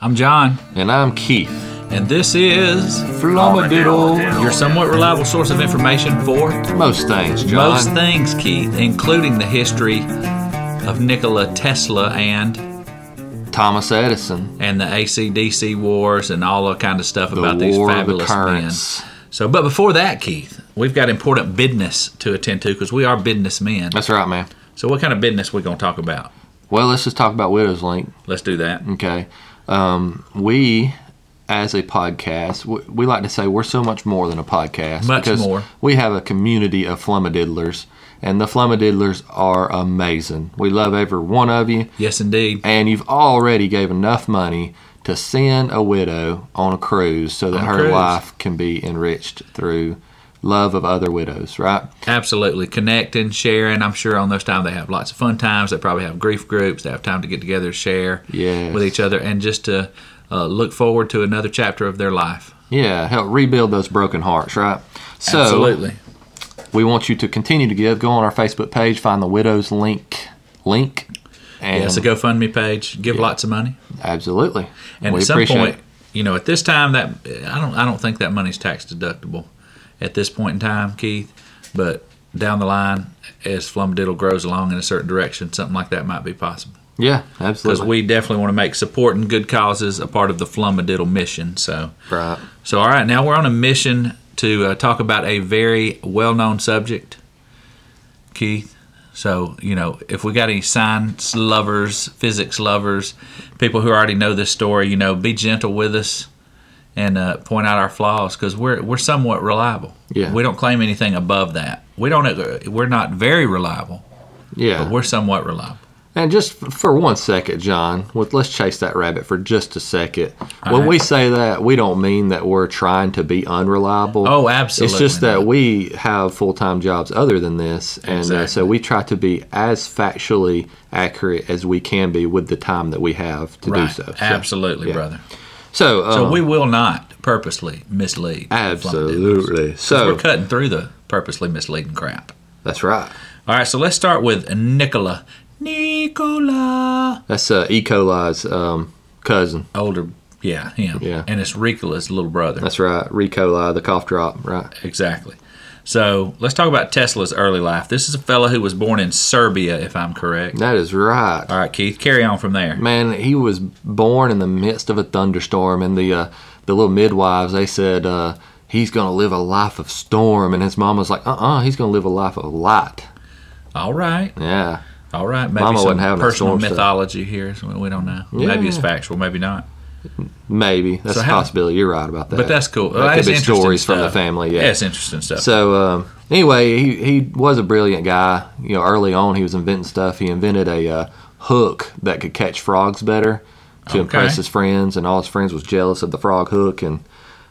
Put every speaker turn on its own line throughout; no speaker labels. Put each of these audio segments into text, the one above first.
I'm John,
And I'm Keith.
and this is
Flummadiddle.
your somewhat reliable source of information for
Most things, John.
most things, Keith, including the history of Nikola Tesla and
Thomas Edison.
and the ACDC wars and all that kind of stuff
The
about these
War of the
fabulous men.
Currents.
So, but before that, Keith, we've got important business to attend to because we are business men.
That's right, man.
So, what kind of business we gonna talk about?
Well, let's just talk about Widow's Link.
Let's do that.
Okay. Um, we, as a podcast, we, we like to say we're so much more than a podcast.
Much
because
more.
We have a community of Flummadiddlers, and the Flummadiddlers are amazing. We love every one of you.
Yes, indeed.
and you've already gave enough money to send a widow on a cruise so that
On a
her
cruise.
life can be enriched through love of other widows, right?
Absolutely. Connecting, sharing. I'm sure on those times they have lots of fun times. They probably have grief groups. They have time to get together, share
Yes.
with each other, and just to uh, look forward to another chapter of their life.
Yeah, help rebuild those broken hearts, right? So
Absolutely.
we want you to continue to give. Go on our Facebook page, find the widows link link. And
Yeah,
um,
it's a GoFundMe page. Give lots of money.
absolutely.
And
we
at some
appreciate
point,
it.
you know, at this time, that I don't, I don't think that money's tax deductible at this point in time, Keith. But down the line, as Flumdiddle grows along in a certain direction, something like that might be possible.
Yeah,
Because
absolutely.
we definitely want to make support and good causes a part of the Flumadiddle mission. So,
right.
so all right, now we're on a mission to uh, talk about a very well-known subject, Keith. So you know, if we got any science lovers, physics lovers, people who already know this story, you know, be gentle with us and uh, point out our flaws because we're we're somewhat reliable.
Yeah.
we don't claim anything above that. We don't. uh, We're not very reliable,
Yeah.
but we're somewhat reliable.
And just f- for one second, John, with, let's chase that rabbit for just a second. when
right.
we say that, we don't mean that we're trying to be unreliable.
Oh, absolutely.
It's just
not.
that we have full time jobs other than this. And uh,
Exactly.
so we try to be as factually accurate as we can be with the time that we have to
Right.
do so. So-
Absolutely,
yeah.
brother.
So, um,
So we will not purposely mislead. Flumadiddlers.
absolutely.
We're
So
cutting through the purposely misleading crap.
that's right.
All right, so let's start with Nicola. Nicola.
That's uh, E. coli's um, cousin.
Older, yeah, him.
Yeah.
And it's Ricola's little brother.
That's right. E. coli, the cough drop, right?
exactly. So let's talk about Tesla's early life. This is a fella who was born in Serbia, if I'm correct.
That is right.
All right, Keith, carry on from there.
Man, he was born in the midst of a thunderstorm, and the uh, the little midwives they said uh, he's gonna live a life of storm, and his mom was like, uh uh-uh, uh, he's gonna live a life of light.
All right,
Yeah,
all right. Maybe
Mama
some
wasn't having that
personal
storm stuff.
mythology here. So we don't know. Maybe it's
Yeah.
factual, maybe not.
maybe that's
So
a
how-
possibility. You're right about that.
But that's cool.
That
Well,
could
that's
be
interesting
stories from the
stuff.
family, yeah.
yeah, it's interesting stuff.
So um, anyway, he he was a brilliant guy. You know, early on he was inventing stuff. He invented a uh, hook that could catch frogs better to
Okay.
impress his friends, and all his friends was jealous of the frog hook and.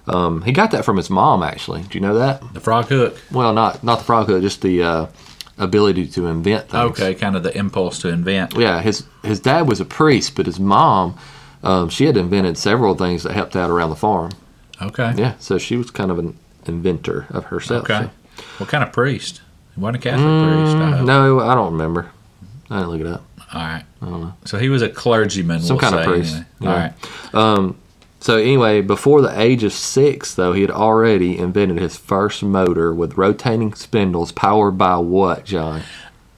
Um, he got that from his mom, actually. Do you know that?
the frog hook.
Well, not not the frog hook, just the uh, ability to invent things.
Okay, kind of the impulse to invent.
Yeah, his his dad was a priest, but his mom, um, she had invented several things that helped out around the farm.
Okay.
Yeah, so she was kind of an inventor of herself.
Okay.
so-
What kind of priest? He wasn't a Catholic
Mm,
priest. I hope.
No, I don't remember. I didn't look it up.
All right. So he was a clergyman.
Some
we'll
kind of
say,
priest,
anyway.
yeah.
All right.
So anyway, before the age of six, though, he had already invented his first motor with rotating spindles powered by what, John?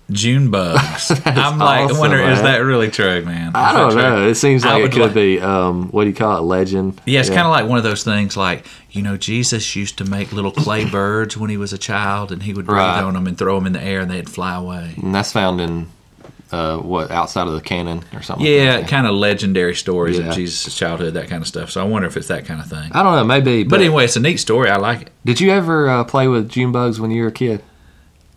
June bugs. I'm like,
awesome,
I wonder, is
man.
that really true, man? Is
I
that
don't
true?
know. It seems
I
like it
would
could
like-
be um, what do you call it? Legend.
Yeah, it's kind of like one of those things like, you know, Jesus used to make little clay birds when he was a child, and he would breathe
Right.
on them and throw them in the air, and they'd fly away.
And that's found in uh, what outside of the canon or something. like
Yeah,
that.
kind of legendary stories
Yeah.
of Jesus' childhood, that kind of stuff. So I wonder if it's that kind of thing.
I don't know, maybe. But,
But anyway, it's a neat story. I like it.
did you ever uh, play with June bugs when you were a kid?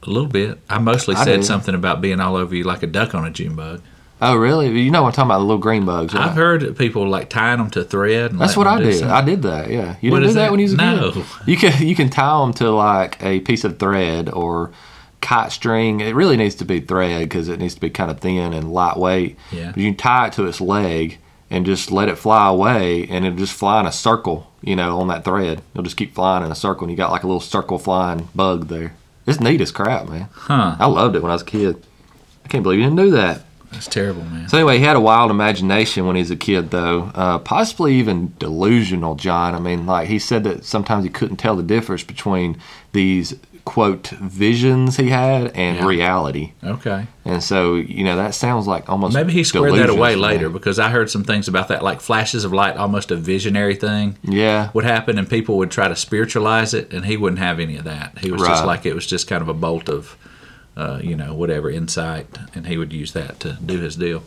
A little bit. I mostly
I
said
do.
something about being all over you like a duck on a June bug.
Oh, really? You know, what I'm talking about the little green bugs. Right?
I've heard that people like tying them to thread. And
That's
letting
what I
them do
did.
something.
I did that. Yeah, you
What
didn't do
is
that,
that?
when you was a kid.
No.
You can you can tie them to like a piece of thread or kite string. It really needs to be thread because it needs to be kind of thin and lightweight.
Yeah.
But you can tie it to its leg and just let it fly away, and it'll just fly in a circle. You know, on that thread, it'll just keep flying in a circle, and you got like a little circle flying bug there. It's neat as crap, man.
Huh.
I loved it when I was a kid. I can't believe you didn't do that.
That's terrible, man.
So anyway, he had a wild imagination when he was a kid, though, uh, possibly even delusional. John, I mean, like he said that sometimes he couldn't tell the difference between these quote visions he had and
Yeah.
reality,
Okay.
and so you know that sounds like almost
Maybe he squared that
delusions
away
to me.
later because I heard some things about that, like flashes of light, almost a visionary thing
Yeah,
would happen, and people would try to spiritualize it, and he wouldn't have any of that. He was just
Right.
like it was just kind of a bolt of, uh, you know, whatever insight, and he would use that to do his deal.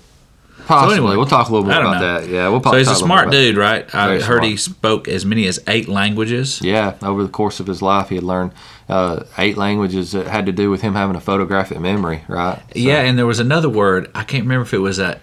possibly.
anyway,
we'll talk a little
I
more
don't
about
know.
that. Yeah, we'll
So
probably.
he's a
talk little
smart
more about-
dude, right? I
Very
heard he spoke as many as eight languages.
Yeah, over the course of his life, he had learned uh, eight languages that had to do with him having a photographic memory, right? So-
Yeah, and there was another word I can't remember if it was a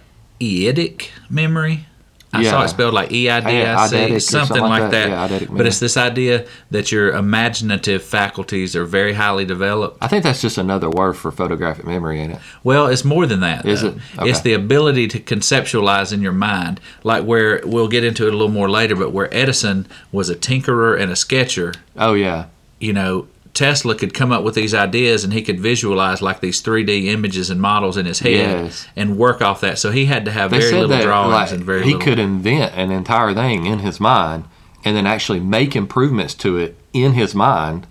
eidic memory. I saw
Yeah.
it spelled like E I D
Yeah,
I
eidetic
C,
or
something like that.
Yeah, eidetic
but
memory.
it's this idea that your imaginative faculties are very highly developed.
I think that's just another word for photographic memory, ain't it?
Well, it's more than that.
Is
though.
it? Okay.
It's the ability to conceptualize in your mind, like where we'll get into it a little more later, but where Edison was a tinkerer and a sketcher.
Oh yeah,
you know, Tesla could come up with these ideas and he could visualize like these 3D images and models in his head
Yes.
and work off that. So he had to have
they
very
said
little
that
drawings
like,
and very
he
little.
could invent an entire thing in his mind and then actually make improvements to it in his mind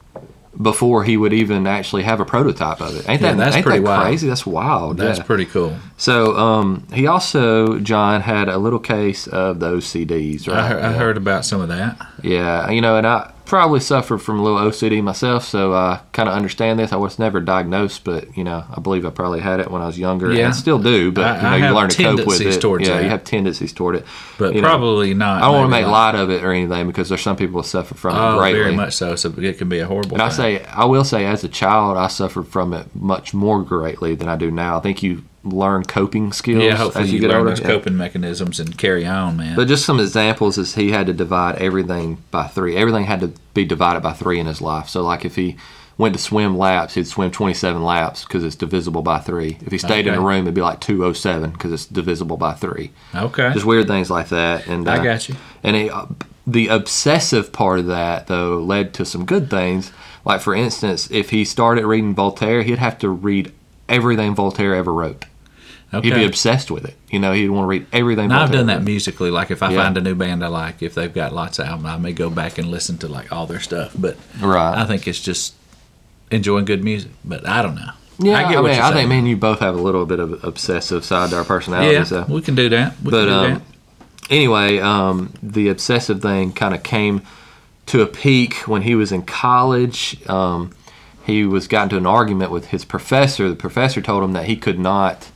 before he would even actually have a prototype of it. Ain't
Yeah,
that
that's
ain't
pretty
that
wild.
crazy? That's wild.
That's
yeah.
pretty cool.
so um, he also John had a little case of the OCDs, right?
I, heard, I
Yeah.
heard about some of that.
Yeah, you know, and I probably suffer from a little OCD myself, so I kind of understand this. I was never diagnosed, but you know, I believe I probably had it when I was younger,
Yeah.
and still do. But
I-
you know,
I
you
have
learn to cope with
tendencies
it.
towards
yeah,
that.
you have tendencies toward it,
But
you know,
probably not.
I don't want to
maybe
make
not.
light of it or anything because there's some people that suffer from
Oh,
it greatly.
very much so. So it can be a horrible
And I
thing.
say, I will say, as a child, I suffered from it much more greatly than I do now. I think you learn coping skills
yeah, hopefully
as you,
you,
get
learn
older.
those
Yeah.
coping mechanisms and carry on, man.
But just some examples is he had to divide everything by three. Everything had to be divided by three in his life. So like if he went to swim laps, he'd swim 27 laps because it's divisible by three. If he stayed in a
Okay.
room, it'd be like 207 because it's divisible by three.
okay.
Just weird things like that. And uh,
I got you.
And he, the obsessive part of that though led to some good things. Like for instance, if he started reading Voltaire, he'd have to read everything Voltaire ever wrote.
Okay.
He'd be obsessed with it. You know, he'd want to read everything.
Now, I've
Voltaire
done
wrote.
that musically. Like if I
Yeah.
find a new band I like, if they've got lots of albums, I may go back and listen to like all their stuff. But
Right.
I think it's just enjoying good music. But I don't know.
Yeah, I,
I get what
mean,
you're
I think
saying.
me and you both have a little bit of obsessive side to our personality.
yeah,
So.
we can do that. We
uh, But
can do
um,
that.
anyway, um, the obsessive thing kind of came to a peak when he was in college. Um, he was got into an argument with his professor. The professor told him that he could not,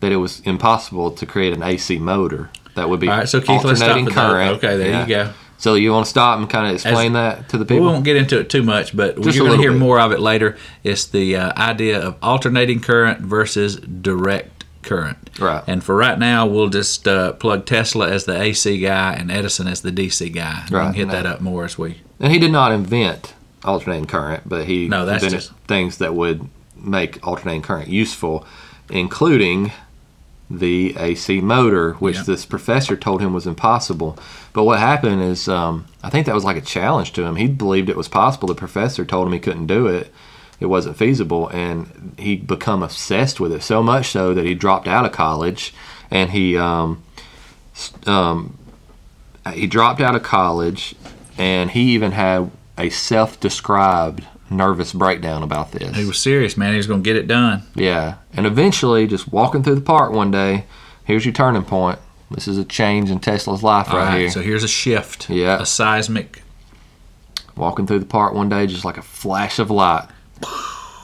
that it was impossible to create an AC motor that would be
All right, so Keith, let's stop
alternating
with that.
current.
Okay, there you go.
So you want to stop and kind of explain that to the
We
people?
won't get into it too much, but
Just a
you're going
little
to hear
bit.
more of it later. It's the uh, idea of alternating current versus direct current.
Right.
And for right now, we'll just uh, plug Tesla as the AC guy and Edison as the DC guy. We can
Right,
hit
no.
that up more as we.
And he did not invent alternating current, but he
No, that's
invented
just-
things that would make alternating current useful, including the AC motor, which
Yeah.
this professor told him was impossible. But what happened is, um, I think that was like a challenge to him. He believed it was possible. The professor told him he couldn't do it. It wasn't feasible, and he become obsessed with it so much so that he dropped out of college, and he um, he dropped out of college and he even had a self-described nervous breakdown about this
He was serious, man. He was going to get it done.
yeah and eventually just walking through the park one day here's your turning point this is a change in tesla's life
All
right, here
So here's a shift.
Yeah.
A seismic.
walking through the park one day just like a flash of light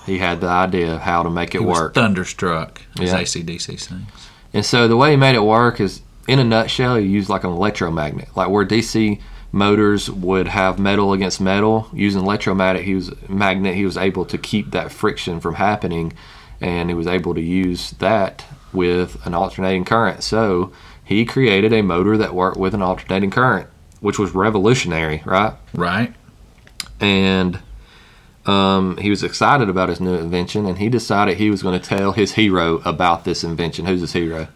he had the idea of how to make it
He was
work
thunderstruck. As
Yeah.
ACDC sings.
And so the way he made it work is, in a nutshell, you use like an electromagnet. Like where DC motors would have metal against metal, using electromagnet, he was magnet, he was able to keep that friction from happening, and he was able to use that with an alternating current. So he created a motor that worked with an alternating current, which was revolutionary, right?
Right.
and um, he was excited about his new invention, and he decided he was going to tell his hero about this invention. Who's his hero?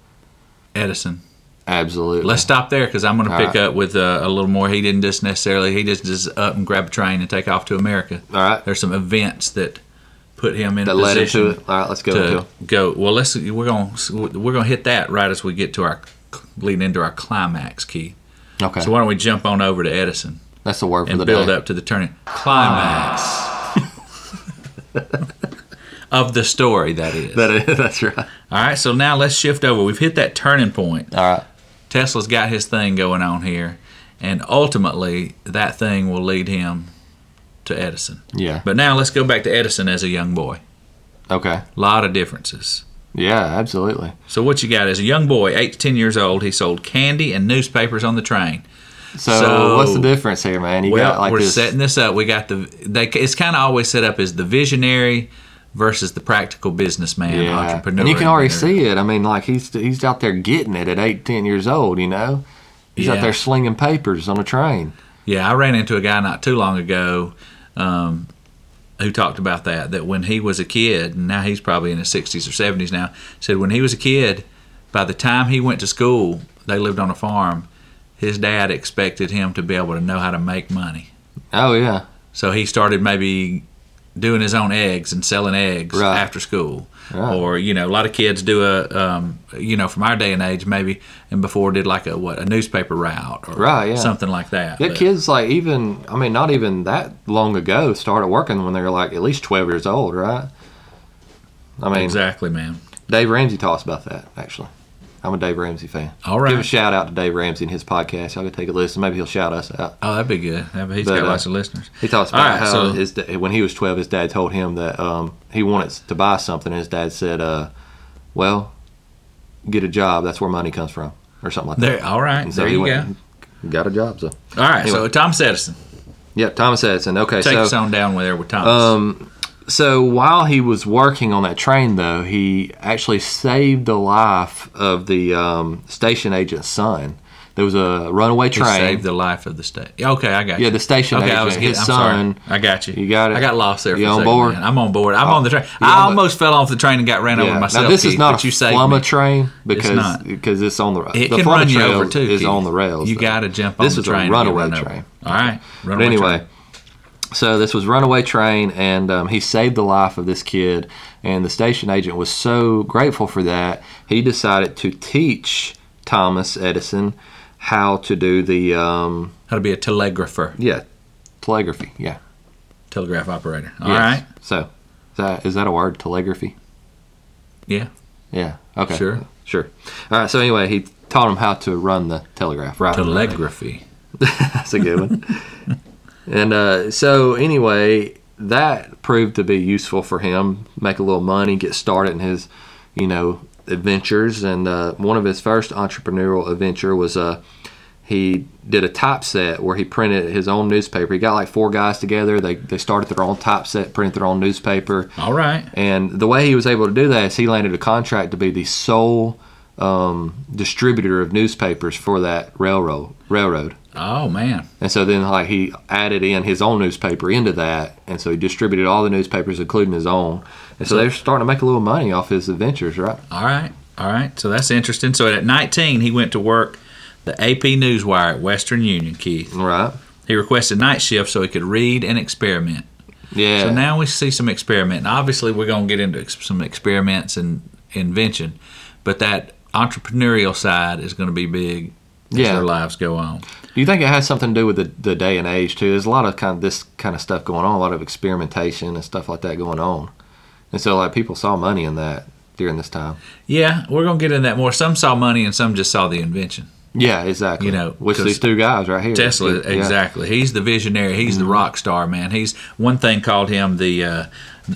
Edison.
Absolutely.
Let's stop there because I'm going to
All
pick
right.
up with uh, a little more. He didn't just necessarily. He just just up and grab a train and take off to America.
All right.
There's some events that put him in
That
a
led
position
into it. All right, let's go.
to
Until.
go. Well, let's we're gonna we're gonna hit that right as we get to our leading into our climax, Keith.
Okay,
So why don't we jump on over to Edison
that's the word for
and
the
build
day.
up to the turning climax of the story? That is.
That is, that's right.
All right. So now let's shift over. We've hit that turning point.
All right.
Tesla's got his thing going on here, and ultimately that thing will lead him to Edison.
Yeah.
But now let's go back to Edison as a young boy.
Okay.
lot of differences.
Yeah, absolutely.
So what you got is a young boy, eight to ten years old. He sold candy and newspapers on the train.
So,
So-
what's the difference here, man? You
Well,
got like
we're
this.
setting this up. We got the they, it's kind of always set up as the visionary versus the practical businessman
yeah,
entrepreneur.
and you can already
entrepreneur.
see it. I mean, like he's he's out there getting it at eight, ten years old. You know, he's
Yeah.
out there slinging papers on a train.
Yeah, I ran into a guy not too long ago um, who talked about that. That when he was a kid, and now he's probably in his sixties or seventies now, said when he was a kid, by the time he went to school, they lived on a farm. His dad expected him to be able to know how to make money.
Oh yeah,
So he started maybe doing his own eggs and selling eggs
Right.
after school.
Right.
Or you know, a lot of kids do a um, you know from our day and age maybe and before did like a what a newspaper route or
Right, yeah.
something like that.
yeah.
But-
Kids like even I mean, not even that long ago started working when they were like at least twelve years old, right? I mean,
Exactly, man.
Dave Ramsey talks about that actually. I'm a Dave Ramsey fan.
All right.
Give a shout out to Dave Ramsey and his podcast. Y'all go take a listen. Maybe he'll shout us out.
Oh, that'd be good. That- He's
But,
got
uh,
lots of listeners.
He talks
All
about
right,
how
so-
his da- when he was twelve, his dad told him that um, he wanted to buy something, and his dad said, uh, "Well, get a job. That's where money comes from, or something like
There,
that."
all right.
And
there you
went and Got a job. So,
go. All right. So
Anyway.
Thomas Edison,
yep. Thomas Edison. Okay,
take
so
us on down with there with Thomas.
Um, so while he was working on that train, though, he actually saved the life of the um, station agent's son. There was a runaway
he saved
train.
the life of the state. Okay, I got you.
Yeah, the station
Okay, I
agent,
was getting,
his
I'm
son.
Sorry. I got you.
You got it?
I got lost there. For
You
a
on
second,
board? Oh.
man. I'm on board. I'm on the train.
you on
I
the-
almost fell off the train and got ran
Yeah.
over myself.
now this is
Keith,
not
but
a
you saved
flumma
me.
train because
not.
because it's on the
It
the
can
flumma
run you
trail
over too.
is
Keith.
on the rails.
You
though.
got to jump on
This
the
was a
train. to get
runaway
run over.
train.
All right.
But
Runaway
anyway,
train.
so this was runaway train, and um, he saved the life of this kid. And the station agent was so grateful for that, he decided to teach Thomas Edison how to do the um,
how to be a telegrapher,
yeah telegraphy. Yeah.
telegraph operator. All
Yes.
right.
So, is that is that a word? Telegraphy.
Yeah.
Yeah. Okay.
Sure.
Sure. All right. So anyway, he taught him how to run the telegraph. Right.
Telegraphy.
That's a good one. and uh, so, anyway, that proved to be useful for him. Make a little money, get started in his, you know, adventures. And uh, one of his first entrepreneurial adventure was uh, he did a typeset where he printed his own newspaper. He got like four guys together. They they started their own typeset, printed their own newspaper.
All right.
And the way he was able to do that is he landed a contract to be the sole um, distributor of newspapers for that railroad railroad.
Oh man.
And so then like he added in his own newspaper into that, and so he distributed all the newspapers, including his own. And so they're starting to make a little money off his adventures, right?
All right. All right. So that's interesting. So at 19, he went to work the AP Newswire at Western Union, Keith.
Right.
He requested night shift so he could read and experiment.
Yeah.
So now we see some experiment. And obviously, we're going to get into ex- some experiments and invention, but that entrepreneurial side is going to be big as
Yeah.
their lives go on.
do you think it has something to do with the, the day and age too? There's a lot of kind of this kind of stuff going on, a lot of experimentation and stuff like that going on. And so like people saw money in that during this time.
Yeah, we're going to get into that more. Some saw money and some just saw the invention.
Yeah, exactly.
You know,
which
'cause
these two guys right here.
Tesla,
Yeah. Mm-hmm.
exactly. He's the visionary. He's the rock star, man. He's one thing called him the uh,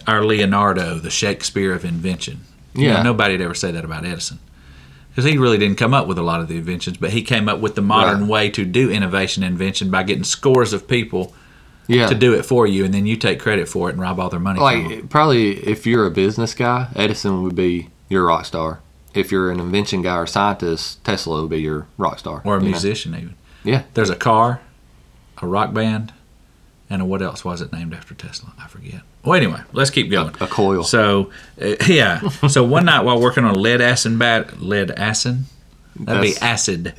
our Leonardo, the Shakespeare of invention. You know,
Yeah.
nobody would ever say that about Edison because he really didn't come up with a lot of the inventions, but he came up with the modern
Right.
way to do innovation and invention by getting scores of people
Yeah.
to do it for you, and then you take credit for it and rob all their money. from them.
like probably if you're a business guy, Edison would be your rock star. If you're an invention guy or scientist, Tesla would be your rock star.
or a
you know?
musician even.
Yeah.
There's a car, a rock band, and a what else was it named after Tesla? I forget. Well, anyway, let's keep going.
A coil.
So, uh, yeah. So one night while working on a lead acid bat, lead acid, that'd be acid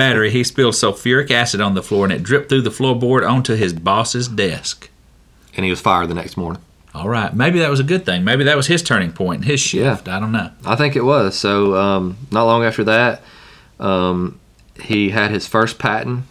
battery, he spilled sulfuric acid on the floor and it dripped through the floorboard onto his boss's desk.
and he was fired the next morning.
All right. Maybe that was a good thing. Maybe that was his turning point, his shift. I don't know.
I think it was. So um, not long after that, um, he had his first patent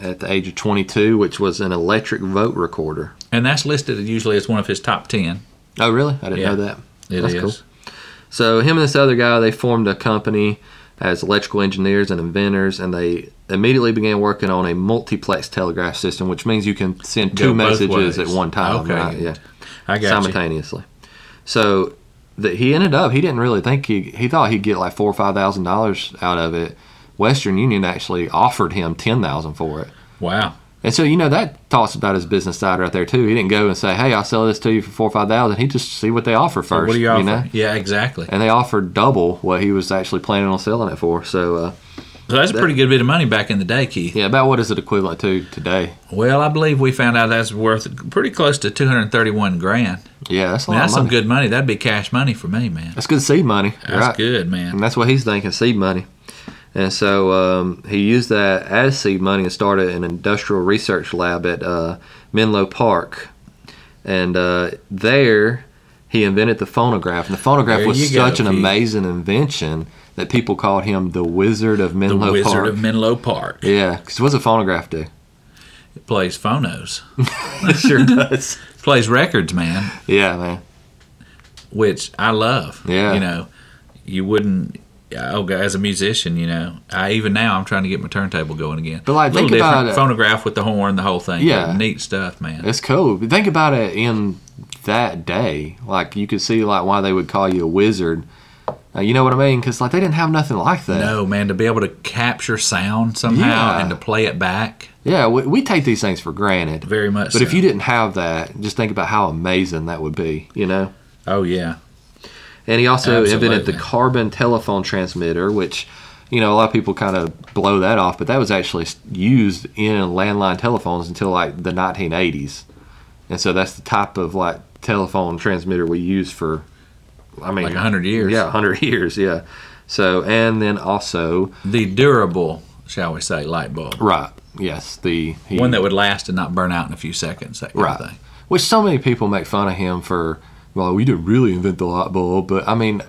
at the age of 22, which was an electric vote recorder.
And that's listed usually as one of his top 10.
Oh, really? I didn't
Yeah.
know that.
It is.
That's cool. So him and this other guy, they formed a company as electrical engineers and inventors, and they immediately began working on a multiplex telegraph system, which means you can send
Go
two
both ways.
messages at one time.
Okay.
right? Yeah.
I got you.
simultaneously. So that he ended up, he didn't really think he he thought he'd get like four or five thousand dollars out of it. Western Union actually offered him ten thousand for it,
Wow.
and so you know that talks about his business side right there too. He didn't go and say, "Hey, I'll sell this to you for four or five thousand. He just see what they offer first,
what do you offer?
know.
Yeah, exactly.
And they offered double what he was actually planning on selling it for. So uh,
So that's a pretty good bit of money back in the day, Keith.
yeah, about what is it equivalent to today?
Well, I believe we found out that's worth pretty close to 231 grand.
Yeah, that's a
Man,
lot
that's
of money.
some good money. That'd be cash money for me, man.
That's good seed money.
That's
right.
good, man.
And that's what he's thinking, seed money. And so um, he used that as seed money and started an industrial research lab at uh, Menlo Park. And uh, there, he invented the phonograph. And the phonograph
There
was
you go,
such an
Pete.
amazing invention that people called him the Wizard of
The
Menlo
Wizard
Park.
of Menlo Park
yeah, because what's a phonograph do?
plays phonos,
It sure does.
plays records, man,
Yeah, man.
which I love.
Yeah.
You know, you wouldn't. Oh, God, as a musician, you know, I even now I'm trying to get my turntable going again.
But, like,
a little
think
different
about it.
phonograph with the horn, the whole thing.
Yeah.
neat stuff, man.
It's cool. But think about it in that day. Like you could see like why they would call you a wizard. Uh, you know what I mean? Because like they didn't have nothing like that.
No, man, to be able to capture sound somehow
Yeah.
and to play it back,
Yeah, we, we take these things for granted.
very much.
But if
so.
you didn't have that, just think about how amazing that would be, you know?
oh yeah,
And he also invented the
Absolutely.
carbon telephone transmitter, which, you know, a lot of people kind of blow that off, but that was actually s- used in landline telephones until like the 1980s. And so that's the type of like telephone transmitter we use for, I mean,
like hundred years.
Yeah, 100 years, yeah. So, and then also,
the durable, shall we say, light bulb,
right, yes, the. he-
one that would last and not burn out in a few seconds. That kind
Right.
of thing.
Which so many people make fun of him for. Well, we didn't really invent the light bulb, but I mean,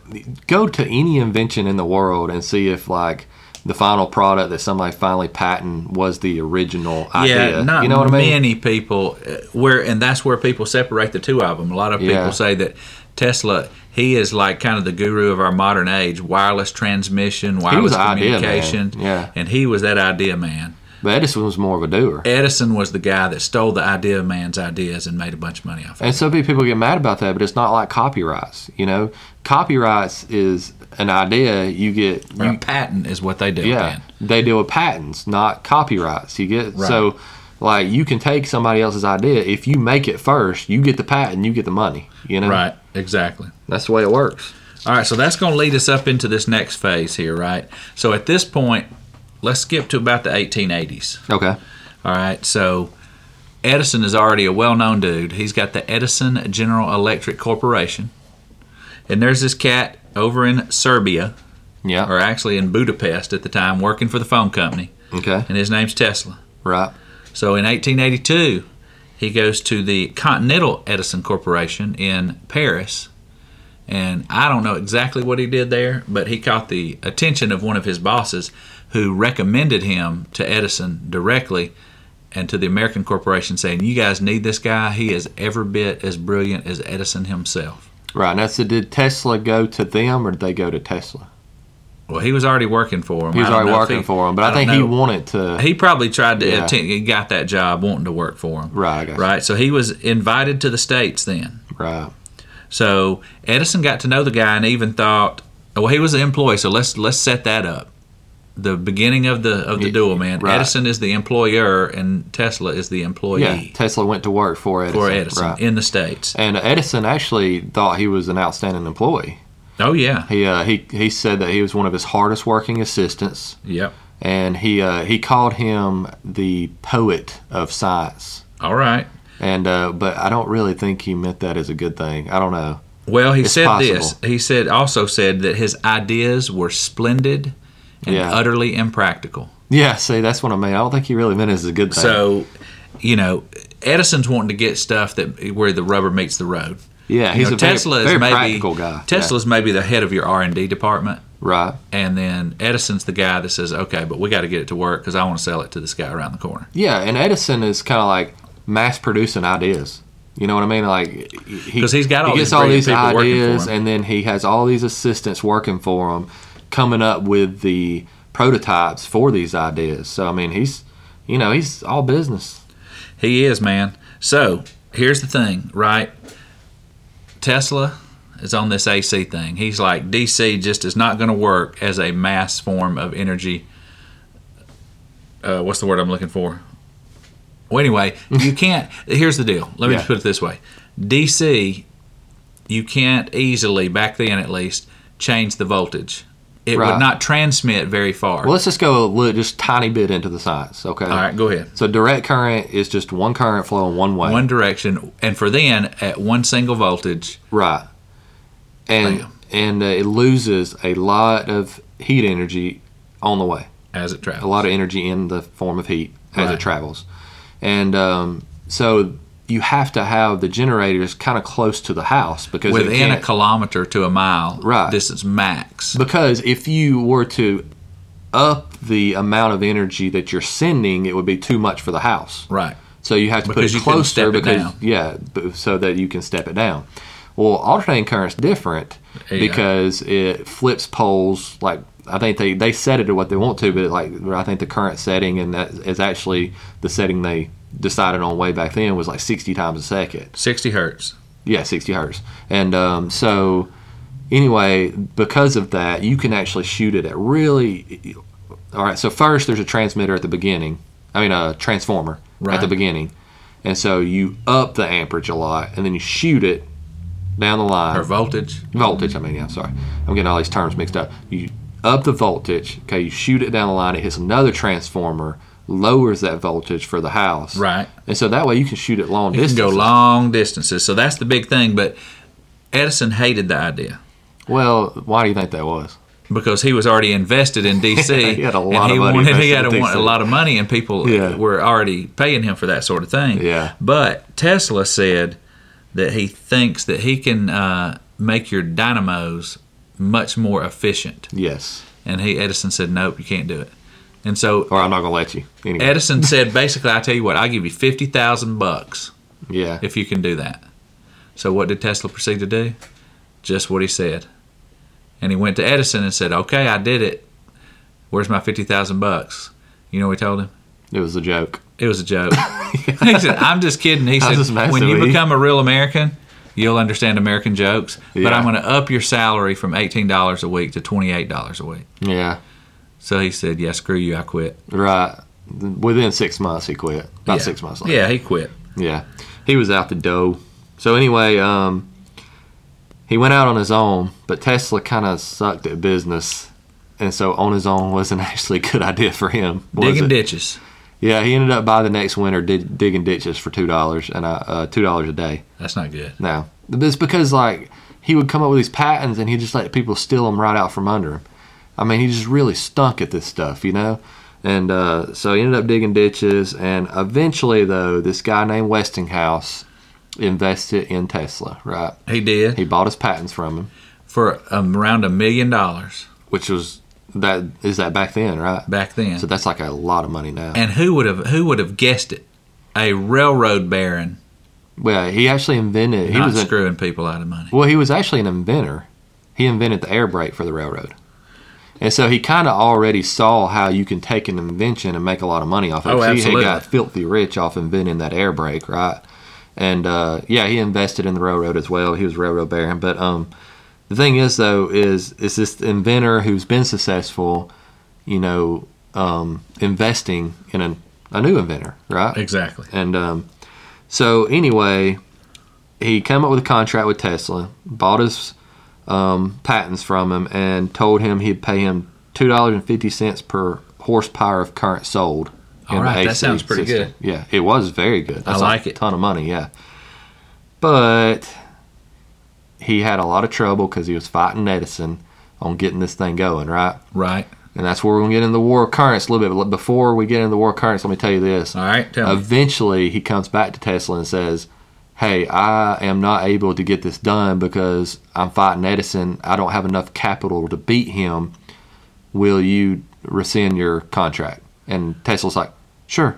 go to any invention in the world and see if like the final product that somebody finally patented was the original idea.
Yeah, not
you know what I mean?
many people uh, where, and that's where people separate the two of them. A lot of people
Yeah.
say that Tesla, he is like kind of the guru of our modern age, wireless transmission, wireless
an idea man.
communication.
Yeah.
and he was that idea man.
But Edison was more of a doer,
Edison was the guy that stole the idea of man's ideas and made a bunch of money off. of it.
and so many people get mad about that. But it's not like copyrights. You know, copyrights is an idea you get.
Or
you-
a patent is what they do.
Yeah,
then.
they deal with patents, not copyrights. You get
Right.
so like you can take somebody else's idea if you make it first, you get the patent, you get the money. You know,
Right. Exactly.
That's the way it works.
All right, so that's going to lead us up into this next phase here, right? So at this point, let's skip to about the 1880s.
Okay.
All right, so Edison is already a well known dude. He's got the Edison General Electric Corporation. And there's this cat over in Serbia,
Yeah.
or actually in Budapest at the time, working for the phone company.
Okay.
And his name's Tesla.
Right.
So in 1882, he goes to the Continental Edison Corporation in Paris. And I don't know exactly what he did there, but he caught the attention of one of his bosses who recommended him to Edison directly and to the American corporation, saying, You guys need this guy. He is every bit as brilliant as Edison himself.
Right. Now, so did Tesla go to them or did they go to Tesla?
Well, he was already working for him.
He was
I don't
already
know if
working for him, but I,
don't
think he
know.
wanted to.
He probably tried to
Yeah.
attempt, he got that job wanting to work for him.
Right. I guess.
Right. So he was invited to the States then.
Right.
So Edison got to know the guy and even thought, well, he was an employee, so let's let's set that up. The beginning of the of the
Yeah,
duel, man.
right.
Edison is the employer and Tesla is the
Yeah.
employee
Tesla went to work for Edison.
for Edison
Right.
in the states.
And Edison actually thought he was an outstanding employee.
Oh yeah,
He uh, he he said that he was one of his hardest working assistants.
yep.
and he uh, he called him the poet of science.
All right.
And uh, but I don't really think he meant that as a good thing. I don't know.
Well, he
It's
said
possible.
this. He said also said that his ideas were splendid and
Yeah.
utterly impractical.
Yeah, see, that's what I mean. I don't think he really meant it as a good thing.
So, you know, Edison's wanting to get stuff that where the rubber meets the road.
Yeah,
You
he's
know,
a very-
Tesla
very
is maybe
practical guy.
Tesla's maybe the head of your R and D department,
Right.
and then Edison's the guy that says, "Okay, but we got to get it to work because I want to sell it to this guy around the corner."
Yeah, and Edison is kind of like mass producing ideas. You know what I mean? Like he,
'Cause he's got all
he
these
gets all
brilliant
these
people working for
ideas,
him.
and then he has all these assistants working for him, coming up with the prototypes for these ideas. So I mean, he's you know he's all business.
He is, man. So here's the thing, right? Tesla is on this AC thing. He's like, DC just is not going to work as a mass form of energy. Uh, what's the word I'm looking for? Well, anyway, you can't. Here's the deal. Let me
Yeah.
just put it this way DC, you can't easily, back then at least, change the voltage. It
Right.
would not transmit very far.
Well, let's just go a little, just tiny bit into the science, okay?
All right, go ahead.
So direct current is just one current flowing one way.
One direction, and for then, at one single voltage,
Right. And
Bam.
and uh, it loses a lot of heat energy on the way.
as it travels.
a lot of energy in the form of heat as
Right.
it travels. And um, so you have to have the generators kind of close to the house because it
within a
can't-
kilometer to a mile
Right.
distance max.
because if you were to up the amount of energy that you're sending, it would be too much for the house.
Right.
So you have to
Because
put
you
it
couldn't
closer
step it
because
down.
yeah, b- so that you can step it down. Well, alternating current's different
Yeah.
because it flips poles. Like I think they, they set it to what they want to, but like I think the current setting and that is actually the setting they decided on way back then was like 60 times a second.
60 hertz.
Yeah, 60 hertz. And um, so, anyway, because of that, you can actually shoot it at really. All right, so first there's a transmitter at the beginning. I mean, a transformer at the
Right.
beginning. And so you up the amperage a lot, and then you shoot it down the line
Or voltage.
voltage. I mean, yeah, sorry, I'm getting all these terms mixed up. You up the voltage, okay? You shoot it down the line. It hits another transformer, lowers that voltage for the house,
Right.
And so that way you can shoot it long
It can
distance.
go long distances. So that's the big thing. But Edison hated the idea
Well, why do you think that was?
because he was already invested in DC.
He had a
and
lot of
he
money
wanted- he
invested
had a,
in
wa-
DC.
a lot of money, and people
Yeah.
were already paying him for that sort of thing.
Yeah.
But Tesla said that he thinks that he can uh, make your dynamos much more efficient.
Yes,
And he Edison said, "Nope, you can't do it." And so
or I'm not gonna let you. Anyway,
Edison said basically, I tell you what, I'll give you fifty thousand bucks
yeah,
if you can do that. So what did Tesla proceed to do? Just what he said. And he went to Edison and said, Okay, I did it. Where's my fifty thousand bucks? You know what he told him?
it was a joke.
It was a joke. he said, I'm just kidding. He
I was
said
just messing
when you
with you."
become a real American, you'll understand American jokes. But
Yeah.
I'm gonna up your salary from eighteen dollars a week to twenty eight dollars a week.
Yeah,
So he said, Yeah, screw you, I quit.
right. Within six months, he quit. About
Yeah.
six months later.
Yeah, he quit.
Yeah, he was out the dough. So anyway, um, he went out on his own, but Tesla kind of sucked at business, and so on his own wasn't actually a good idea for him. was
Digging
it?
ditches.
Yeah, he ended up by the next winter dig- digging ditches for two dollars and uh, uh, two dollars a day.
That's not good.
No, But it's because like he would come up with these patents and he just let people steal them right out from under him. I mean, he just really stunk at this stuff, you know. And uh, so he ended up digging ditches, and eventually, though, this guy named Westinghouse invested in Tesla. Right?
He did.
He bought his patents from him,
for um, around a million dollars
which was that is that back then, right?
back then.
So that's like a lot of money now.
and who would have who would have guessed it? A railroad baron
Well, he actually invented. He
not
was a,
screwing people out of money.
Well, he was actually an inventor. He invented the air brake for the railroad. And so he kind of already saw how you can take an invention and make a lot of money off it.
Oh,
'Cause
absolutely.
He had got filthy rich off inventing that air brake, right? And uh, yeah, he invested in the railroad as well. He was a railroad baron. But um, the thing is, though, is is this inventor who's been successful, you know, um, investing in a, a new inventor, right?
Exactly.
And um, so anyway, he came up with a contract with Tesla, bought his um, patents from him, and told him he'd pay him two dollars and fifty cents per horsepower of current sold.
All
in the
right, that
AC
sounds pretty
system. Yeah, it was very good. That's
like
a
it.
Ton of money, yeah. But he had a lot of trouble because he was fighting Edison on getting this thing going, right?
Right.
And that's where we're going to get into the war of currents a little bit. But before we get into the war of currents, let me tell you this.
All right, tell me.
Eventually, he comes back to Tesla and says, Hey, I am not able to get this done because I'm fighting Edison. I don't have enough capital to beat him. Will you rescind your contract? And Tesla's like, Sure.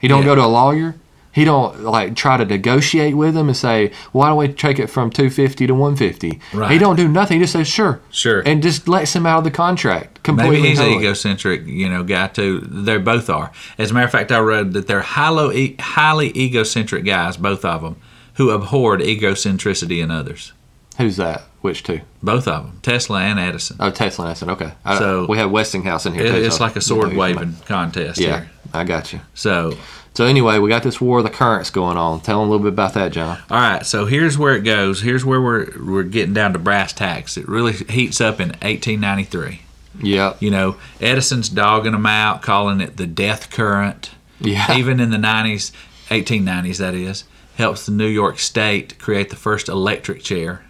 He don't
Yeah.
go to a lawyer. He don't like try to negotiate with him and say, "Why don't we take it from 250 to 150?" He
Right.
don't do nothing. He just says, "Sure."
Sure.
And just lets him out of the contract completely.
Maybe he's an
totally.
egocentric, you know, guy too. They both are. As a matter of fact, I read that they're highly, highly egocentric guys, both of them, who abhorred egocentricity in others.
Who's that? Which two?
Both of them, Tesla and Edison.
Oh, Tesla and Edison. Okay. I,
So-
we have Westinghouse in here.
It-
too,
it's
so-
like a sword waving contest
Yeah,
here.
I got you.
So
So anyway, we got this war of the currents going on. Tell them a little bit about that, John.
All right, so here's where it goes. Here's where we're we're getting down to brass tacks. It really heats up in 1893.
Yep.
You know, Edison's dogging them out, calling it the death current.
Yeah.
Even in the 90s, 1890s that is, helps the New York State create the first electric chair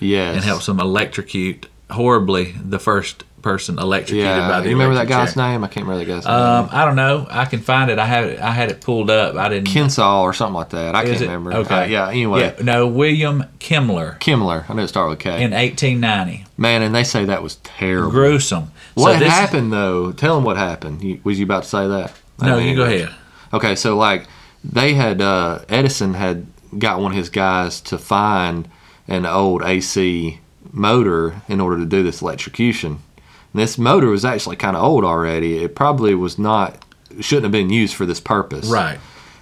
Yes.
and helps them electrocute horribly the first person electrocuted by
Yeah.
the
You remember that
electric
guy's
chair.
name? I can't remember that guy's name.
Um, I don't know. I can find it. I had it. I had it pulled up. I didn't.
Kinsaw or something like that. I
is
can't
it?
remember.
Okay.
Uh, yeah. Anyway,
Yeah, no, William Kimmler
Kimmler. I know it started with K.
in 1890.
Man, and they say that was terrible.
gruesome.
What
So this-
happened though? Tell them what happened. You, was you about to say that? I
No,
mean,
you go
anyway.
ahead.
Okay, so like they had uh, Edison had got one of his guys to find an old AC motor in order to do this electrocution. And this motor was actually kind of old already. It probably was not shouldn't have been used for this purpose.
Right.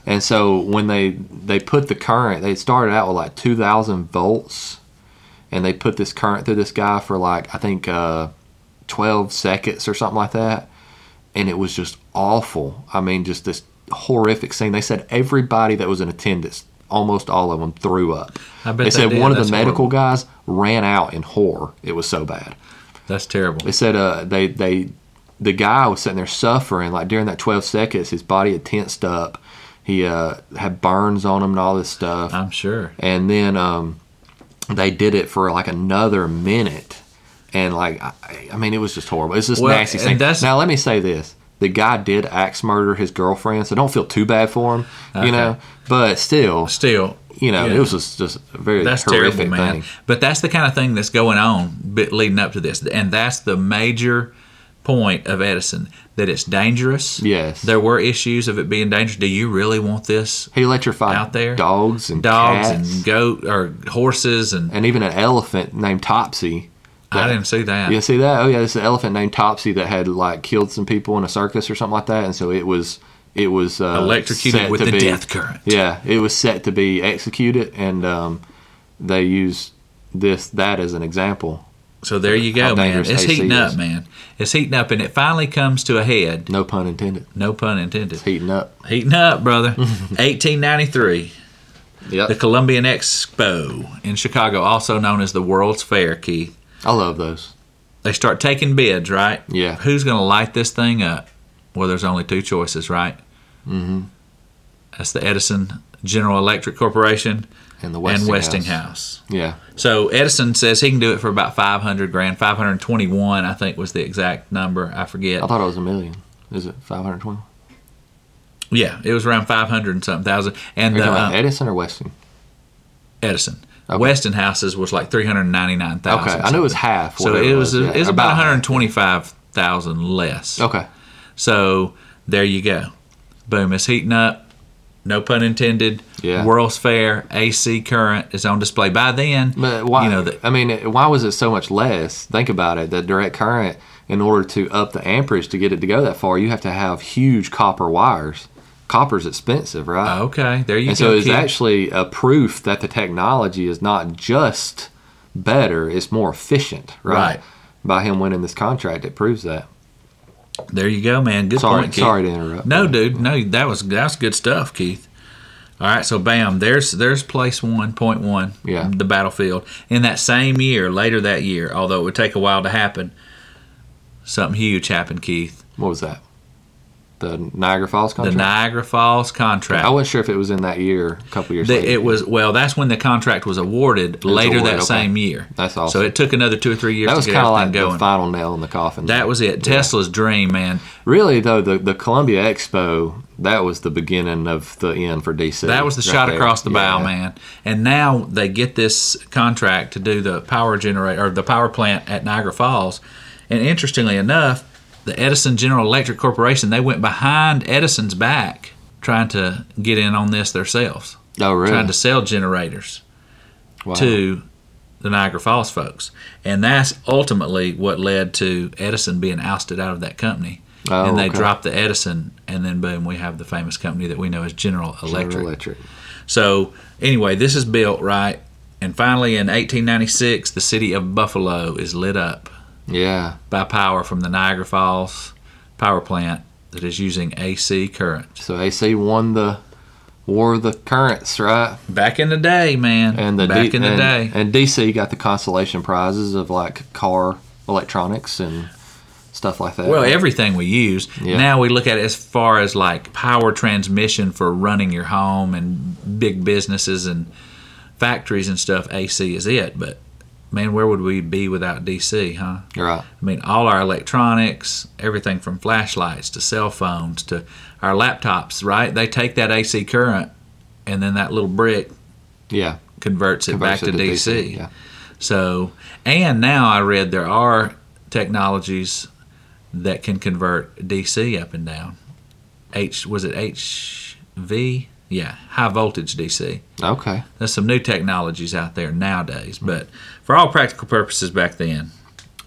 And so when they they put the current, they started out with like 2,000 volts, and they put this current through this guy for like I think uh, 12 seconds or something like that, and it was just awful. I mean, just this horrific scene. They said everybody that was in attendance, almost all of them, threw up.
I bet
they
they
said
did.
one of the
That's
medical guys ran out in horror. It was so bad.
That's terrible.
They said uh, they they the guy was sitting there suffering like during that 12 seconds, his body had tensed up. He uh, had burns on him and all this stuff.
I'm sure.
And then um, they did it for like another minute, and like I, I mean, it was just horrible. It's just
Well,
nasty
and
thing.
that's-
Now let me say this: the guy did axe murder his girlfriend, so don't feel too bad for him, you know. But still,
Still,
you know,
yeah.
it was just, just a very
that's
horrific
terrible, man.
thing.
But that's the kind of thing that's going on bit leading up to this, and that's the major point of Edison that it's dangerous.
Yes.
There were issues of it being dangerous. Do you really want this?
He electrified
Out there,
dogs and
Dogs
cats.
and goat or horses and
and even an elephant named Topsy.
I didn't see that.
You see that? Oh yeah, this is an elephant named Topsy that had like killed some people in a circus or something like that, and so it was it was uh,
Electrocuted
set
with
to
the
be-
death current.
Yeah, it was set to be executed, and um, they used this that as an example.
So there you go,
How
man.
dangerous
It's
AC
heating up,
is.
man. It's heating up, and it finally comes to a head.
No pun intended.
No pun intended.
Heating up.
Heating up, brother. 1893.
Yep.
The Columbian Expo in Chicago, also known as the World's Fair, Keith.
I love those.
They start taking bids, right?
Yeah.
Who's going to light this thing up? Well, there's only two choices, right? Mm-hmm. That's the Edison General Electric Corporation
And the Westinghouse.
and Westinghouse.
Yeah.
So Edison says he can do it for about 500 grand, 521, I think was the exact number. I forget.
I thought it was a million. Is it five hundred twenty?
Yeah, it was around 500 and something thousand. And
Are you
the,
talking about
um,
Edison or Westing?
Edison.
Okay.
Westinghouse's was like three hundred ninety nine thousand.
Okay, I knew it was half,
So
whatever
it was
it was, yeah,
it was about
about
one
half,
hundred twenty five thousand less.
Okay.
So there you go. Boom, it's heating up. No pun intended.
Yeah.
World's Fair AC current is on display. By then,
But why?
you know the,
I mean, it- why was it so much less? Think about it. The direct current, in order to up the amperage to get it to go that far, you have to have huge copper wires. Copper's expensive, right?
okay, there Oh, you
and
go.
so it's
kid.
actually a proof that the technology is not just better; it's more efficient, right?
Right.
By him winning this contract, it proves that.
There you go, man. Good
Sorry,
point, Keith.
sorry to interrupt.
No, dude, no, that was that's good stuff, Keith. All right, so bam, there's there's place one point one,
Yeah.
the battlefield. In that same year, later that year, although it would take a while to happen, something huge happened, Keith.
What was that? the Niagara Falls
The
contract.
Niagara Falls contract.
I wasn't sure if it was in that year, a couple years.
The-
later.
it was well. That's when the contract was awarded later
awarded,
that
okay.
same year.
That's awesome.
So it took another two or three years
that was
to get
kind of
everything
like the
going.
final nail in the coffin.
that was it. Tesla's dream, man.
really though the the Columbia Expo that was the beginning of the end for DC.
That was the
Right
shot
there.
across the bow,
Yeah.
man. And now they get this contract to do the power generator or the power plant at Niagara Falls. And interestingly enough, the Edison General Electric Corporation they went behind Edison's back trying to get in on this themselves,
Oh really?
trying to sell generators
Wow.
to the Niagara Falls folks. And that's ultimately what led to Edison being ousted out of that company.
Oh,
and they
okay.
dropped the Edison, and then boom, we have the famous company that we know as General
General
Electric.
Electric.
So anyway, this is built right, and finally in 1896, the city of Buffalo is lit up
Yeah,
by power from the Niagara Falls power plant that is using AC current.
so AC won the war of the currents, right?
Back in the day, man.
And the
back in the day,
and, and DC got the consolation prizes of like car electronics and stuff like that.
well, everything we use
Yeah.
now we look at it as far as like power transmission for running your home and big businesses and factories and stuff. AC is it, but man, where would we be without DC, huh?
You're right.
I mean, all our electronics, everything from flashlights to cell phones to our laptops, right? They take that AC current and then that little brick
Yeah,
converts it
Converts
back
it
to, DC.
Yeah,
So, and now I read there are technologies that can convert DC up and down. H was it HV? Yeah, high voltage DC.
okay.
There's some new technologies out there nowadays, but for all practical purposes back then,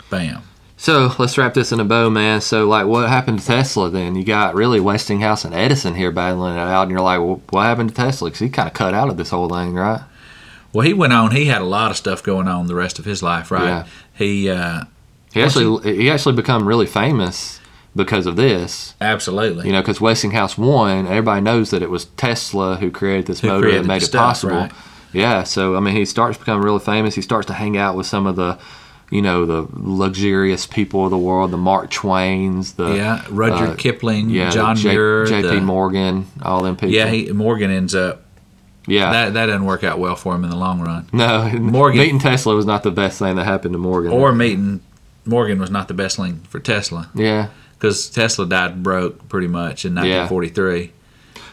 bam.
So let's wrap this in a bow, man. So, like, what happened to Tesla then? You got really Westinghouse and Edison here battling it out, and you're like, well, what happened to Tesla? Because he kind of cut out of this whole thing, right?
Well, he went on. He had a lot of stuff going on the rest of his life, right?
Yeah.
He uh,
He actually he actually become really famous because of this,
absolutely.
you know, because Westinghouse won. Everybody knows that it was Tesla who created this
Who
motor
created
that made
the
it
stuff,
possible.
right.
Yeah, so I mean, he starts becoming really famous. He starts to hang out with some of the, you know, the luxurious people of the world, the Mark Twains, the
yeah, Rudyard
uh,
Kipling,
yeah, the
John
J-
Muir,
J.P.
the-
Morgan, all them people.
Yeah, he, Morgan ends up.
yeah.
That that doesn't work out well for him in the long run.
no,
Morgan-
meeting Tesla was not the best thing that happened to Morgan.
Or meeting Morgan was not the best link for Tesla
yeah,
because Tesla died broke pretty much in 1943.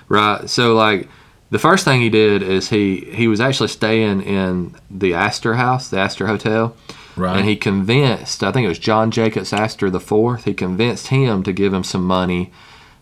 Right. So like the first thing he did is he he was actually staying in the Astor House, the Astor Hotel.
Right.
And he convinced, I think it was John Jacobs Astor the Fourth. He convinced him to give him some money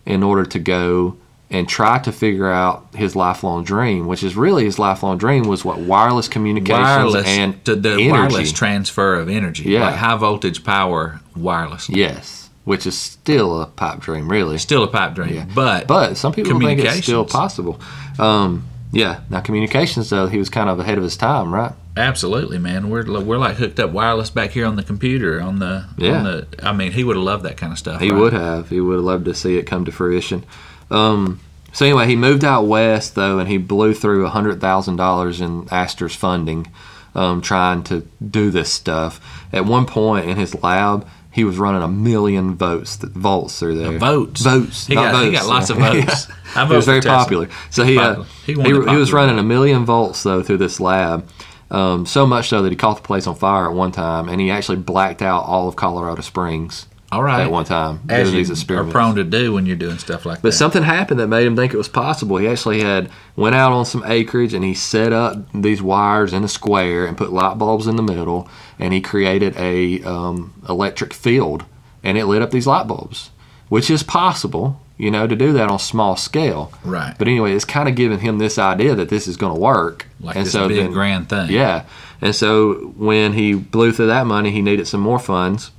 in order to go and try to figure out his lifelong dream, which is really his lifelong dream was what wireless communications
wireless
and
to the
energy.
wireless transfer of energy,
Yeah.
like high voltage power wireless.
yes, which is still a pipe dream, really.
Still a pipe dream,
Yeah.
but
But some people think it's still
Communications.
possible. Um, yeah. Now communications, though, he was kind of ahead of his time, right?
Absolutely, man. We're we're like hooked up wireless back here on the computer on the
Yeah.
On the, I mean, he would have loved that kind of stuff.
He
right?
would have. He would have loved to see it come to fruition. Um, so anyway, he moved out west though, and he blew through hundred thousand dollars in Astor's funding, um, trying to do this stuff. At one point in his lab, he was running a million votes volts through there.
votes.
votes.
He
not
got- he
votes.
got lots of
Yeah.
votes. I
he
vote
was
for
very
Tesla.
popular. So he uh,
Popular. He
he,
won the
he was
popular
running a million volts though through this lab. Um, so much so that he caught the place on fire at one time, and he actually blacked out all of Colorado Springs
All right.
at one time.
As
doing
you
these
are
experiments.
prone to do when you're doing stuff like
But
that.
something happened that made him think it was possible. He actually had went out on some acreage and he set up these wires in a square and put light bulbs in the middle, and he created a um, electric field, and it lit up these light bulbs, which is possible, you know, to do that on small scale.
Right.
But anyway, it's kind of giving him this idea that this is going to work,
like
and
this
so
big
then-
grand thing.
yeah. And so when he blew through that money, he needed some more funds.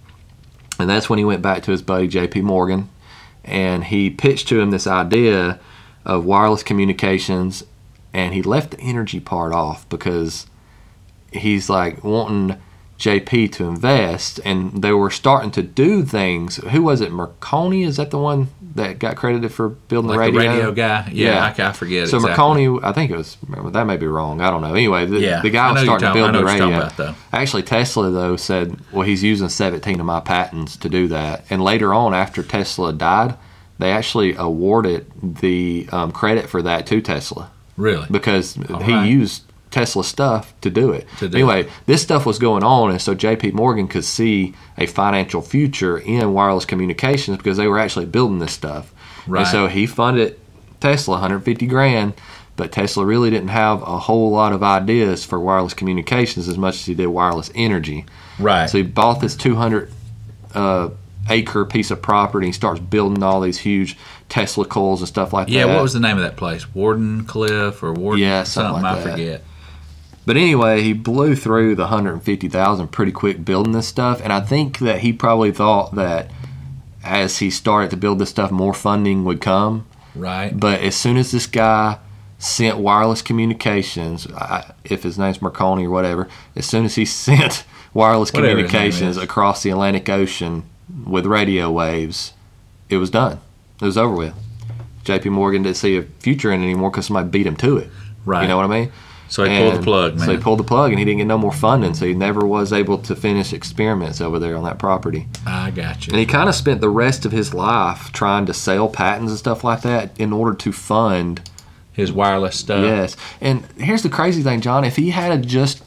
And that's when he went back to his buddy JP Morgan and he pitched to him this idea of wireless communications and he left the energy part off because he's like wanting JP to invest and they were starting to do things. Who was it? Marconi? Is that the one that got credited for building
Like the radio guy. Yeah, I ca- I, forget.
so
exactly.
Marconi, I think it was that may be wrong. I don't know. Anyway, the,
Yeah,
the
I
guy was
know you're
starting to
talking- I
build
know
the
what you're
radio.
talking about, though.
Actually, Tesla though said, well, he's using 17 of my patents to do that. And later on, after Tesla died, they actually awarded the um, credit for that to Tesla
Really?
because he
right.
used Tesla stuff to do it.
To do
anyway, this stuff was going on, and so J.P. Morgan could see a financial future in wireless communications because they were actually building this stuff.
Right.
And so he funded Tesla 150 grand, but Tesla really didn't have a whole lot of ideas for wireless communications as much as he did wireless energy.
Right.
So he bought this 200 uh, acre piece of property and starts building all these huge Tesla coils and stuff like
yeah,
that.
what was the name of that place? Warden Cliff or Warden
uh, Yeah,
something,
something like
I
that.
forget.
But anyway, he blew through the 150,000 pretty quick building this stuff, and I think that he probably thought that as he started to build this stuff, more funding would come.
Right.
But as soon as this guy sent wireless communications, I, if his name's Marconi or whatever, as soon as he sent wireless
Whatever his name
communications
is.
across the Atlantic Ocean with radio waves, it was done. It was over with. J.P. Morgan didn't see a future in it anymore because somebody beat him to it.
Right.
You know what I mean?
so he pulled the
And
plug, man.
So he pulled the plug, and he didn't get no more funding. So he never was able to finish experiments over there on that property.
I got
And
you.
he kind of spent the rest of his life trying to sell patents and stuff like that in order to fund.
His wireless stuff.
yes. And here's the crazy thing, John. If he had just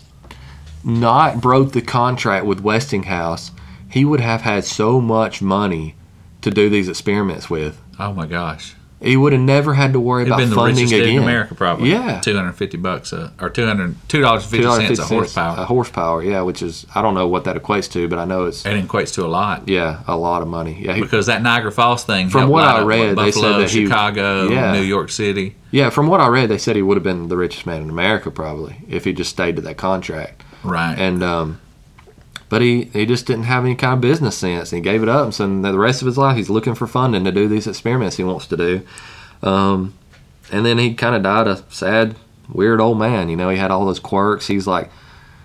not broke the contract with Westinghouse, he would have had so much money to do these experiments with.
Oh my gosh.
He would have never had to worry
It'd
about
been the
funding
richest dude
again.
in America probably.
Yeah.
Two hundred and fifty bucks a, or two hundred two dollars and fifty
$2.50
cents a horsepower.
A horsepower, yeah, which is I don't know what that equates to, but I know it's
and it equates to a lot.
Yeah, a lot of money. Yeah, he,
Because that Niagara Falls thing
From
helped
what
light
I
up
read, they said
Buffalo,
that he-
Chicago,
Yeah.
New York City.
yeah. From what I read, they said he would have been the richest man in America probably if he just stayed to that contract.
Right.
And um, but he he just didn't have any kind of business sense. He gave it up, and so now the rest of his life he's looking for funding to do these experiments he wants to do. Um, and then he kind of died a sad, weird old man. You know, he had all those quirks. He's like.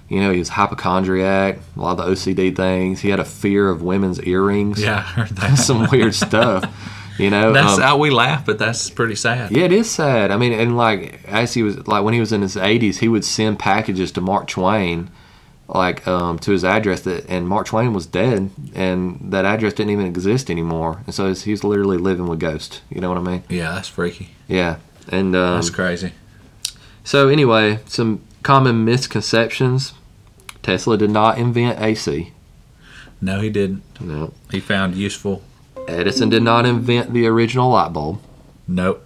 You know, he was hypochondriac, a lot of the OCD things. He had a fear of women's earrings.
yeah, I heard that.
Some weird stuff. You know,
That's
um,
how we laugh, but that's pretty sad.
Yeah, it is sad. I mean, and like as he was like when he was in his 80s, he would send packages to Mark Twain, like um, to his address that, and Mark Twain was dead, and that address didn't even exist anymore. And so he's literally living with ghosts. You know what I mean?
Yeah, that's freaky.
Yeah. And um,
That's crazy.
so anyway, some common misconceptions. Tesla did not invent AC.
No, he didn't.
No.
He found useful.
Edison did not invent the original light bulb.
Nope.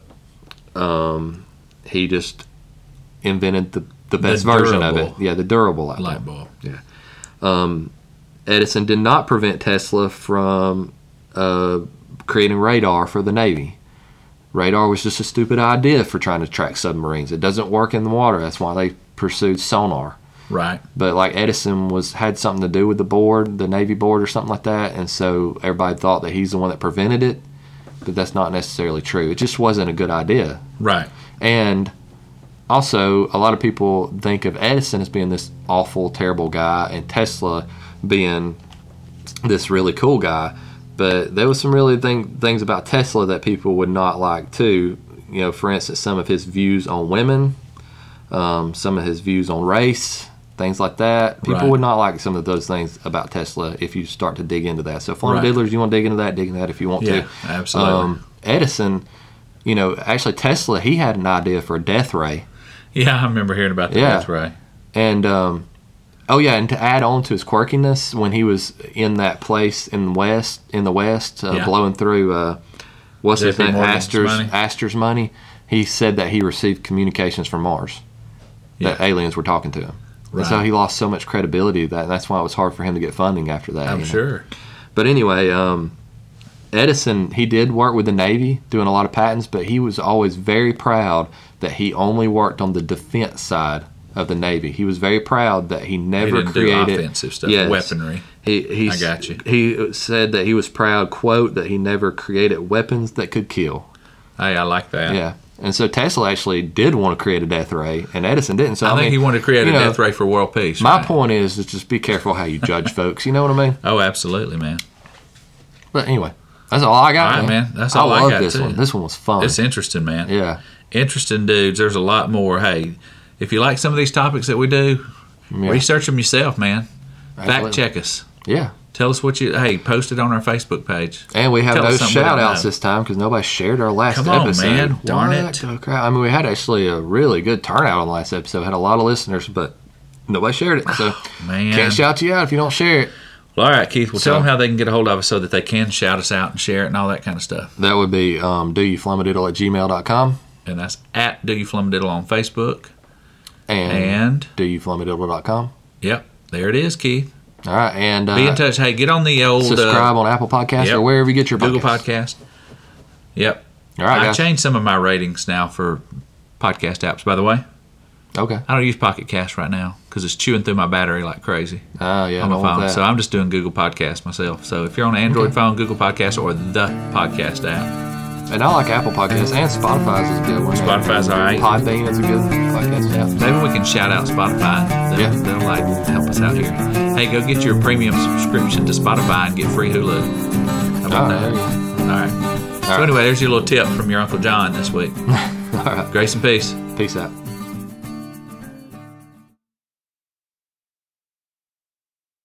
Um, he just invented the, the best version of it.
durable.
Yeah, the durable light bulb.
Light bulb.
um, Edison did not prevent Tesla from uh, creating radar for the Navy. Radar was just a stupid idea for trying to track submarines. It doesn't work in the water. That's why they pursued sonar.
Right.
But like Edison was had something to do with the board, the Navy board or something like that, and so everybody thought that he's the one that prevented it. But that's not necessarily true. It just wasn't a good idea.
Right.
And also, a lot of people think of Edison as being this awful, terrible guy, and Tesla being this really cool guy. But there was some really thing, things about Tesla that people would not like too. You know, for instance, some of his views on women, um, some of his views on race, things like that. People
Right.
would not like some of those things about Tesla if you start to dig into that. So, Florida
Right.
Diddlers, you want to dig into that, dig into that if you want
Yeah,
to.
absolutely.
Um, Edison, you know, actually Tesla, he had an idea for a death ray,
Yeah, I remember hearing about that.
Yeah.
That's right.
and um, oh yeah, and to add on to his quirkiness, when he was in that place in the west, in the west, uh,
Yeah.
blowing through, uh, what's his
J.P.
name,
Morgan's
Astor's
money.
Astor's money, he said that he received communications from Mars, that
Yeah.
aliens were talking to him. And so
Right.
he lost so much credibility that that's why it was hard for him to get funding after that.
I'm
you know?
sure.
But anyway, um, Edison he did work with the Navy doing a lot of patents, but he was always very proud that he only worked on the defense side of the Navy. He was very proud that he
He
never
didn't
created
do offensive stuff.
Yes.
Weaponry.
He, he
I got you.
He said that he was proud, quote, that he never created weapons that could kill.
Hey, I like that.
Yeah. And so Tesla actually did want to create a death ray, and Edison didn't. So
I,
I,
think
mean,
he wanted to create a
you know,
death ray for world peace.
My
right?
point is, is just be careful how you judge folks. You know what I mean?
Oh, absolutely, man.
But anyway, that's all I got.
All right, man. That's all I
love
got,
this
too.
one. This one was fun.
It's interesting, man.
yeah,
Interesting dudes. There's a lot more. Hey, if you like some of these topics that we do,
Yeah.
research them yourself, man.
Absolutely.
Fact check us.
yeah.
Tell us what you. Hey, post it on our Facebook page.
And we have
Tell us
no
something we
shout
don't
outs
know.
this time because nobody shared our last
Come on,
episode.
man. Darn
What
it.
the crap? I mean, we had actually a really good turnout on the last episode. Had a lot of listeners, but nobody shared it. So
Man.
can't shout you out if you don't share it.
Well, all right, Keith. Well,
So-
tell them how they can get a hold of us so that they can shout us out and share it and all that kind of stuff.
That would be um, do you at gmail.com
And that's at Do You Flumadiddle on Facebook.
and,
And
do you flumadiddle.com.
yep, there it is, Keith.
All right, and uh,
Be in touch. Hey, get on the old
subscribe
uh,
on Apple Podcasts
yep.
or wherever you get your
Google Podcast.
podcasts.
Yep.
All right,
I
guys.
changed some of my ratings now for podcast apps. By the way,
Okay.
I don't use Pocket Cast right now because it's chewing through my battery like crazy.
Oh yeah,
on
I
my
don't want
phone.
that.
So I'm just doing Google Podcast myself. So if you're on an Android phone, Google Podcast or the podcast app,
and I like Apple Podcasts and Spotify's is a good one.
Spotify's all right.
Podbean is a good podcast. Yeah.
Maybe we can shout out Spotify. They'll,
Yeah.
they'll like help us out here. Hey, go get your premium subscription to Spotify and get free Hulu. How about that?
All right, Oh, there you go.
All right.
All
So
right.
anyway, there's your little tip from your Uncle John this week.
All right.
Grace and peace.
Peace out.